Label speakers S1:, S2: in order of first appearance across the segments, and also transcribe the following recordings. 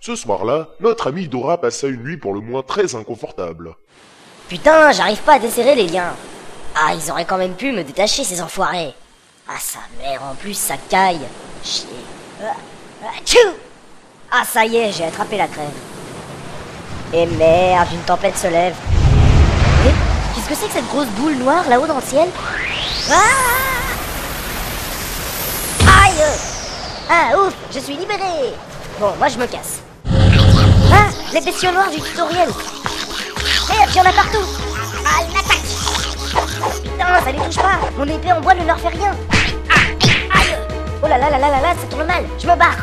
S1: Ce soir-là, notre ami Dora passa une nuit pour le moins très inconfortable.
S2: Putain, j'arrive pas à desserrer les liens. Ah, ils auraient quand même pu me détacher, ces enfoirés. Ah, sa mère, en plus, ça caille. Chier. Ah, ah, tchou Ah, ça y est, j'ai attrapé la crève. Et merde, une tempête se lève. Eh, Qu'est-ce que c'est que cette grosse boule noire là-haut dans le ciel ah Aïe Ah, ouf, je suis libéré Bon, moi je me casse. Ah, les bestiaux noirs du tutoriel Merde, y'en a partout Ah, une attaque Putain, ça les touche pas Mon épée en bois ne leur fait rien Aïe Oh là là là là là là, ça tourne mal Je me barre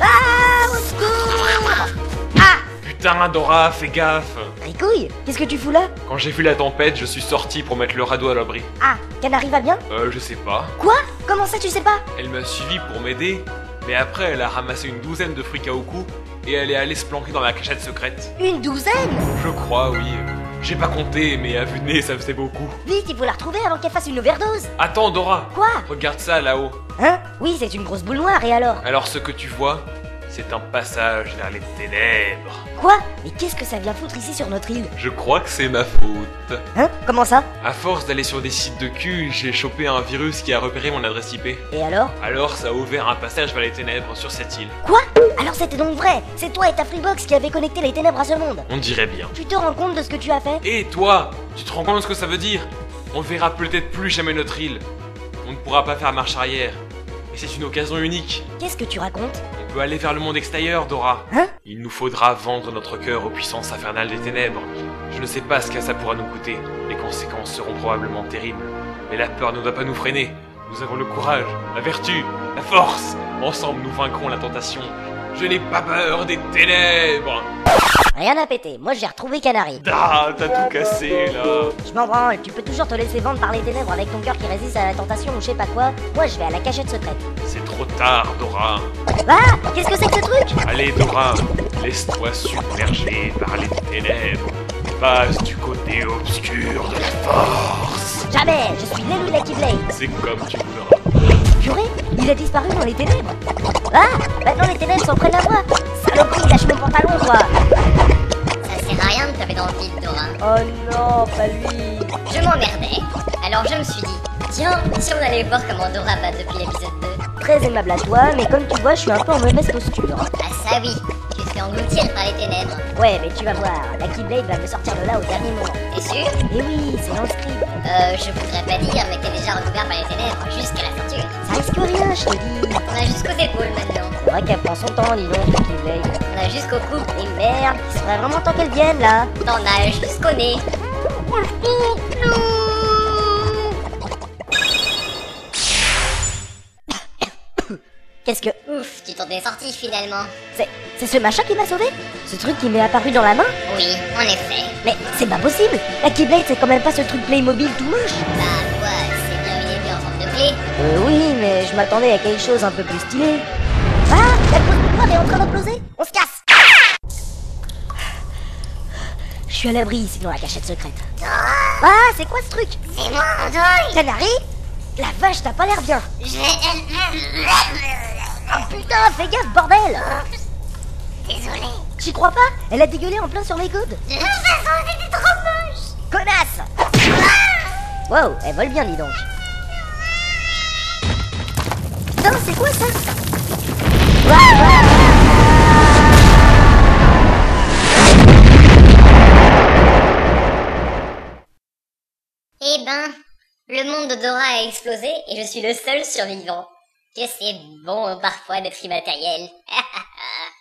S2: Ah, au secours Ah
S3: Putain, Dora, fais gaffe
S2: Ricouille, qu'est-ce que tu fous là
S3: Quand j'ai vu la tempête, je suis sorti pour mettre le radeau à l'abri.
S2: Ah, Canary va bien
S3: Euh, je sais pas.
S2: Quoi Comment ça tu sais pas
S3: Elle m'a suivi pour m'aider, mais après, elle a ramassé une douzaine de fric à au cou et elle est allée se planquer dans la cachette secrète.
S2: Une douzaine
S3: Je crois, oui. J'ai pas compté, mais à vue de nez, ça faisait beaucoup.
S2: Vite, il faut la retrouver avant qu'elle fasse une overdose
S3: Attends, Dora
S2: Quoi
S3: Regarde ça là-haut.
S2: Hein Oui, c'est une grosse boule noire, et alors
S3: Alors, ce que tu vois, c'est un passage vers les ténèbres.
S2: Quoi Mais qu'est-ce que ça vient foutre ici sur notre île
S3: Je crois que c'est ma faute.
S2: Hein Comment ça
S3: À force d'aller sur des sites de cul, j'ai chopé un virus qui a repéré mon adresse IP.
S2: Et alors
S3: Alors, ça a ouvert un passage vers les ténèbres sur cette île.
S2: Quoi Alors c'était donc vrai C'est toi et ta Freebox qui avez connecté les ténèbres à ce monde
S3: On dirait bien.
S2: Tu te rends compte de ce que tu as fait
S3: Et toi, tu te rends compte de ce que ça veut dire On verra peut-être plus jamais notre île. On ne pourra pas faire marche arrière. Et c'est une occasion unique.
S2: Qu'est-ce que tu racontes
S3: On peut aller vers le monde extérieur, Dora.
S2: Hein
S3: Il nous faudra vendre notre cœur aux puissances infernales des ténèbres. Je ne sais pas ce que ça pourra nous coûter. Les conséquences seront probablement terribles. Mais la peur ne doit pas nous freiner. Nous avons le courage, la vertu, la force. Ensemble, nous vaincrons la tentation. Je n'ai pas peur des ténèbres.
S2: Rien à péter, moi j'ai retrouvé Canary.
S3: Ah, t'as tout cassé là.
S2: Je m'en branle, tu peux toujours te laisser vendre par les ténèbres avec ton cœur qui résiste à la tentation ou je sais pas quoi. Moi je vais à la cachette secrète.
S3: C'est trop tard, Dora.
S2: Ah Qu'est-ce que c'est que ce truc
S3: Allez Dora, laisse-toi submerger par les ténèbres. Passe du côté obscur de la force.
S2: Jamais Je suis l'élu de la Keyblade
S3: C'est comme tu voudras.
S2: Purée Il a disparu dans les ténèbres Ah Maintenant les ténèbres s'en prennent à moi Saloperie, lâche mon pantalon quoi
S4: Ça sert à rien de taper dans le vide, Dora.
S2: Oh non, pas lui
S4: Je m'emmerdais, alors je me suis dit, tiens, si on allait voir comment Dora va depuis l'épisode 2
S2: Très aimable à toi, mais comme tu vois, je suis un peu en mauvaise posture.
S4: Ah ça oui, tu te fais engloutir par les ténèbres.
S2: Ouais, mais tu vas voir, la Keyblade va me sortir de là au dernier moment.
S4: T'es sûr
S2: Et oui, c'est inscrit.
S4: Euh, je voudrais pas dire, mais t'es déjà recouvert par les ténèbres jusqu'à la ceinture.
S2: Ça risque rien, je te dis.
S4: On a jusqu'aux épaules maintenant.
S2: C'est vrai qu'elle prend son temps, dis donc, la Keyblade.
S4: On a jusqu'au cou.
S2: Et merde, il serait vraiment temps qu'elle vienne, là.
S4: T'en as jusqu'au nez.
S2: Qu'est-ce que...
S4: Ouf, tu t'en es sorti finalement.
S2: C'est... C'est ce machin qui m'a sauvé Ce truc qui m'est apparu dans la main
S4: Oui, en effet.
S2: Mais c'est pas possible La Keyblade, c'est quand même pas ce truc Playmobil tout moche
S4: Bah quoi, c'est bien une épée en forme de clé.
S2: Euh, oui, mais je m'attendais à quelque chose un peu plus stylé. Ah La grosse boule noire est en train d'exploser On se casse Je suis à l'abri ici dans la cachette secrète. Ah C'est quoi ce truc
S4: C'est moi, Antoine
S2: Canary La vache, t'as pas l'air bien
S4: Je...
S2: Oh putain, fais gaffe, bordel
S4: Désolé.
S2: J'y crois pas Elle a dégueulé en plein sur mes coudes
S4: De toute façon, c'était trop moche.
S2: Connasse Ah Wow, elle vole bien, dis donc. Putain, c'est quoi ça
S4: Eh ben, le monde de Dora a explosé et je suis le seul survivant. Que c'est bon parfois d'être immatériel.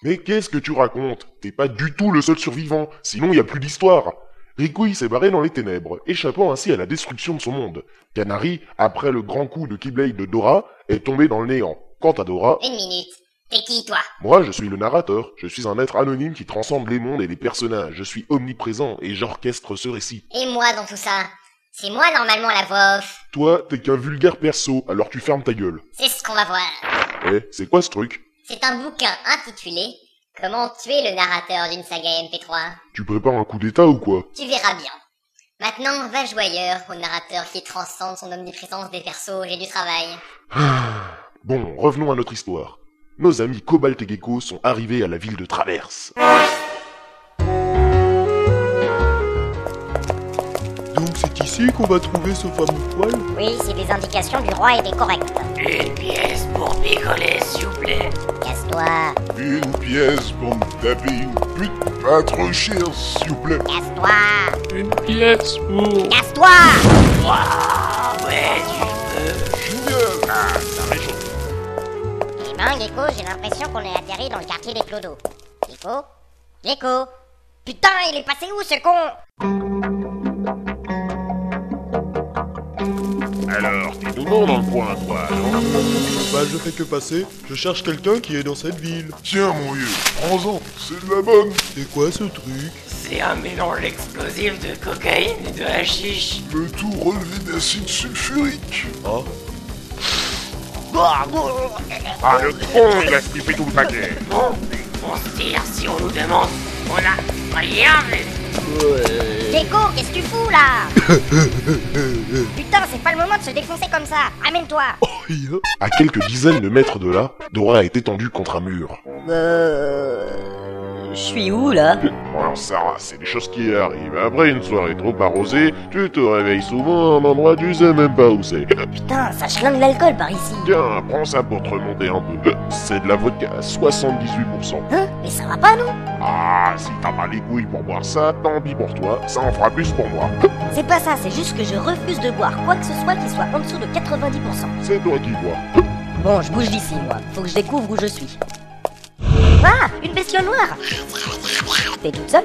S1: Mais qu'est-ce que tu racontes T'es pas du tout le seul survivant, sinon y a plus d'histoire. Ricouille s'est barré dans les ténèbres, échappant ainsi à la destruction de son monde. Canary, après le grand coup de Keyblade de Dora, est tombé dans le néant. Quant à Dora,
S4: Une minute. T'es qui toi
S1: moi je suis le narrateur, je suis un être anonyme qui transcende les mondes et les personnages, je suis omniprésent et j'orchestre ce récit.
S4: Et moi dans tout ça C'est moi normalement la voix off.
S1: Toi, t'es qu'un vulgaire perso, alors tu fermes ta gueule.
S4: C'est ce qu'on va voir.
S1: Eh, c'est quoi ce truc
S4: C'est un bouquin intitulé Comment tuer le narrateur d'une saga MP3.
S1: Tu prépares un coup d'état ou quoi
S4: Tu verras bien. Maintenant, va jouer ailleurs au narrateur qui
S5: Ah,
S4: transcende son omniprésence des persos et du travail.
S1: Bon, revenons à notre histoire. nos amis Cobalt et Gecko sont arrivés à la ville de Traverse.
S6: Donc c'est ici qu'on va trouver ce fameux poil
S4: Oui, si les indications du roi étaient correctes.
S7: Une pièce pour picoler, s'il vous plaît.
S4: Casse-toi,
S5: Une pièce pour me taper une pute pas trop chère, s'il vous plaît.
S4: casse-toi,
S8: Une pièce pour... Ah,
S4: casse-toi
S7: Waouh, ouais, tu peux.
S4: Eh ben, Gecko, j'ai l'impression qu'on est atterri dans le quartier des clodos. Gecko Gecko Putain, il est passé où ce con
S1: Alors, t'es tout bon dans le coin, toi, non
S6: Bah je fais que passer, je cherche quelqu'un qui est dans cette ville.
S5: Tiens, mon vieux, prends-en, c'est de la bonne.
S6: C'est quoi ce truc
S7: C'est un mélange explosif de cocaïne et de hashish.
S5: Le tout relevé d'acide sulfurique.
S6: Ah,
S1: Ah, le con, il a skippé tout le paquet
S7: Bon, on se tire si on nous demande. On a rien vu.
S4: Gecko, qu'est-ce que tu fous là Putain, c'est pas le moment de se défoncer comme ça Amène-toi
S6: rien.
S1: À quelques dizaines de mètres de là, Dora est étendue contre un mur.
S2: Euh... Je suis où, là
S1: Bon alors Sarah, c'est des choses qui arrivent. Après une soirée trop arrosée, tu te réveilles souvent à un endroit tu sais même pas où c'est.
S2: Putain, ça chlingue l'alcool par ici.
S1: Tiens, prends ça pour te remonter un peu. Euh, C'est de la vodka à 78%.
S2: Hein Mais ça va pas, non
S1: Ah, si t'as pas les couilles pour boire ça, tant pis pour toi, ça en fera plus pour moi.
S2: C'est pas ça, c'est juste que je refuse de boire quoi que ce soit qui soit en dessous de 90%.
S1: C'est toi qui bois.
S2: Bon, je bouge d'ici, moi. Faut que je découvre où je suis. Ah Une bestiole noire T'es toute seule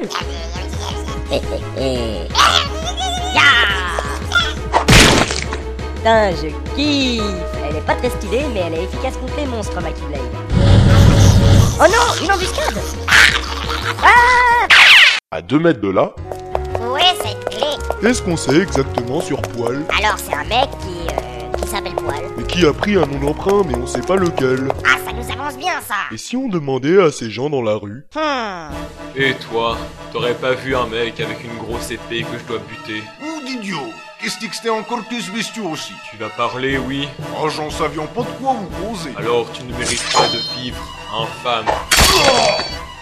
S2: Eh, eh, eh. Ya Putain, je kiffe Elle est pas très stylée, mais elle est efficace contre les monstres, Maki Blade. Oh non Une embuscade
S1: À deux mètres de là,
S4: Où est cette clé
S6: Qu'est-ce qu'on sait exactement sur poil
S4: Alors, c'est un mec qui... euh, qui s'appelle Poil.
S6: Et qui a pris un nom d'emprunt mais on sait pas lequel
S4: Ah, ça nous avance bien ça
S6: Et si on demandait à ces gens dans la rue
S4: Hmm...
S3: Et toi, t'aurais pas vu un mec avec une grosse épée que je dois buter
S9: Ou d'idiot Qu'est-ce que c'était encore plus bestiaux aussi
S3: Tu vas parler, oui
S9: Oh, j'en savions pas de quoi vous poser.
S3: Alors tu ne mérites pas de vivre, infâme.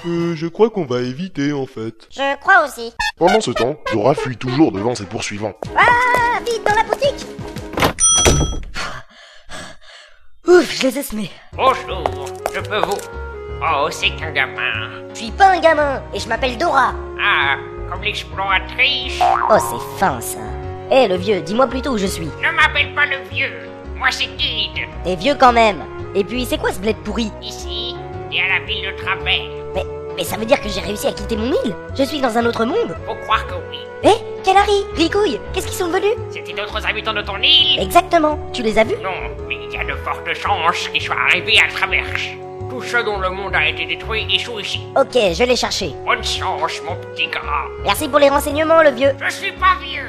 S6: Euh, je crois qu'on va éviter en fait.
S4: Je crois aussi.
S1: pendant ce temps, Dora fuit toujours devant ses poursuivants.
S2: Ah, vite, dans la boutique Ouf, je les ai semés.
S7: Bonjour, je peux vous. Oh, c'est qu'un gamin.
S2: Je suis pas un gamin, et je m'appelle Dora.
S7: Ah, comme l'exploratrice.
S2: Oh, c'est fin, ça. Eh, le vieux, dis-moi plutôt où je suis.
S7: Ne m'appelle pas le vieux. Moi, c'est Kid.
S2: T'es vieux quand même. Et puis, c'est quoi ce bled pourri
S7: Ici, et à la ville de Travers.
S2: Mais, mais ça veut dire que j'ai réussi à quitter mon île Je suis dans un autre monde
S7: Faut croire que oui.
S2: Eh Canary Gricouille Qu'est-ce qu'ils sont devenus
S7: C'était d'autres habitants de ton île
S2: Exactement, tu les as vus
S7: Non, mais il y a de fortes chances qu'ils soient arrivés à Traverse. Tout ce dont le monde a été détruit échoue ici.
S2: Ok, je vais les chercher.
S7: Bonne chance, mon petit gars.
S2: Merci pour les renseignements, le vieux.
S7: Je suis pas vieux.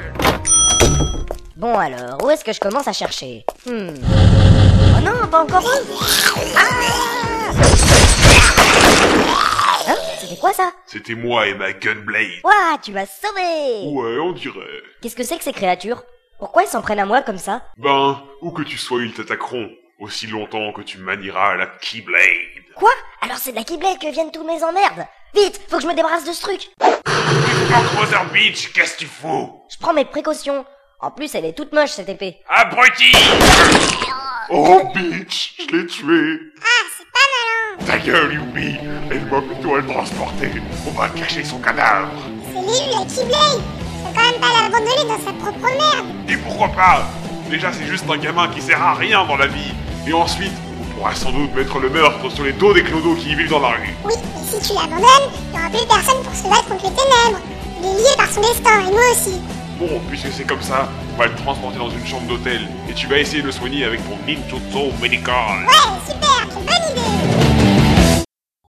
S2: Bon alors, où est-ce que je commence à chercher Hmm. Oh non, pas encore eux Ah Hein C'était quoi ça
S5: C'était moi et ma gunblade.
S2: Ouah, tu m'as sauvé
S5: Ouais, on dirait.
S2: Qu'est-ce que c'est que ces créatures Pourquoi ils s'en prennent à moi comme ça
S5: Ben, où que tu sois, ils t'attaqueront. Aussi longtemps que tu manieras la Keyblade.
S2: Quoi Alors c'est de la Keyblade que viennent tous mes emmerdes Vite, faut que je me débarrasse de ce truc
S5: Brother Beach, qu'est-ce qu'il faut
S2: Je prends mes précautions. En plus, elle est toute moche cette épée.
S5: Abruti Oh, bitch, je l'ai tué. Ah, c'est pas malin. Ta gueule, Yubi. Aide-moi plutôt à le transporter. On va cacher son cadavre.
S10: C'est lui la Keyblade Faut quand même pas l'abandonner dans sa propre merde
S5: Et pourquoi pas Déjà, c'est juste un gamin qui sert à rien dans la vie. Et ensuite, on pourra sans doute mettre le meurtre sur les dos des clodos qui y vivent dans la rue.
S10: Oui, mais si tu l'abandonnes, il n'y aura plus personne pour se battre contre les ténèbres Il est lié par son destin, et moi aussi
S5: Bon, puisque c'est comme ça, on va le transporter dans une chambre d'hôtel et tu vas essayer de le soigner avec ton ninjutsu médical.
S10: Ouais, super, quelle bonne idée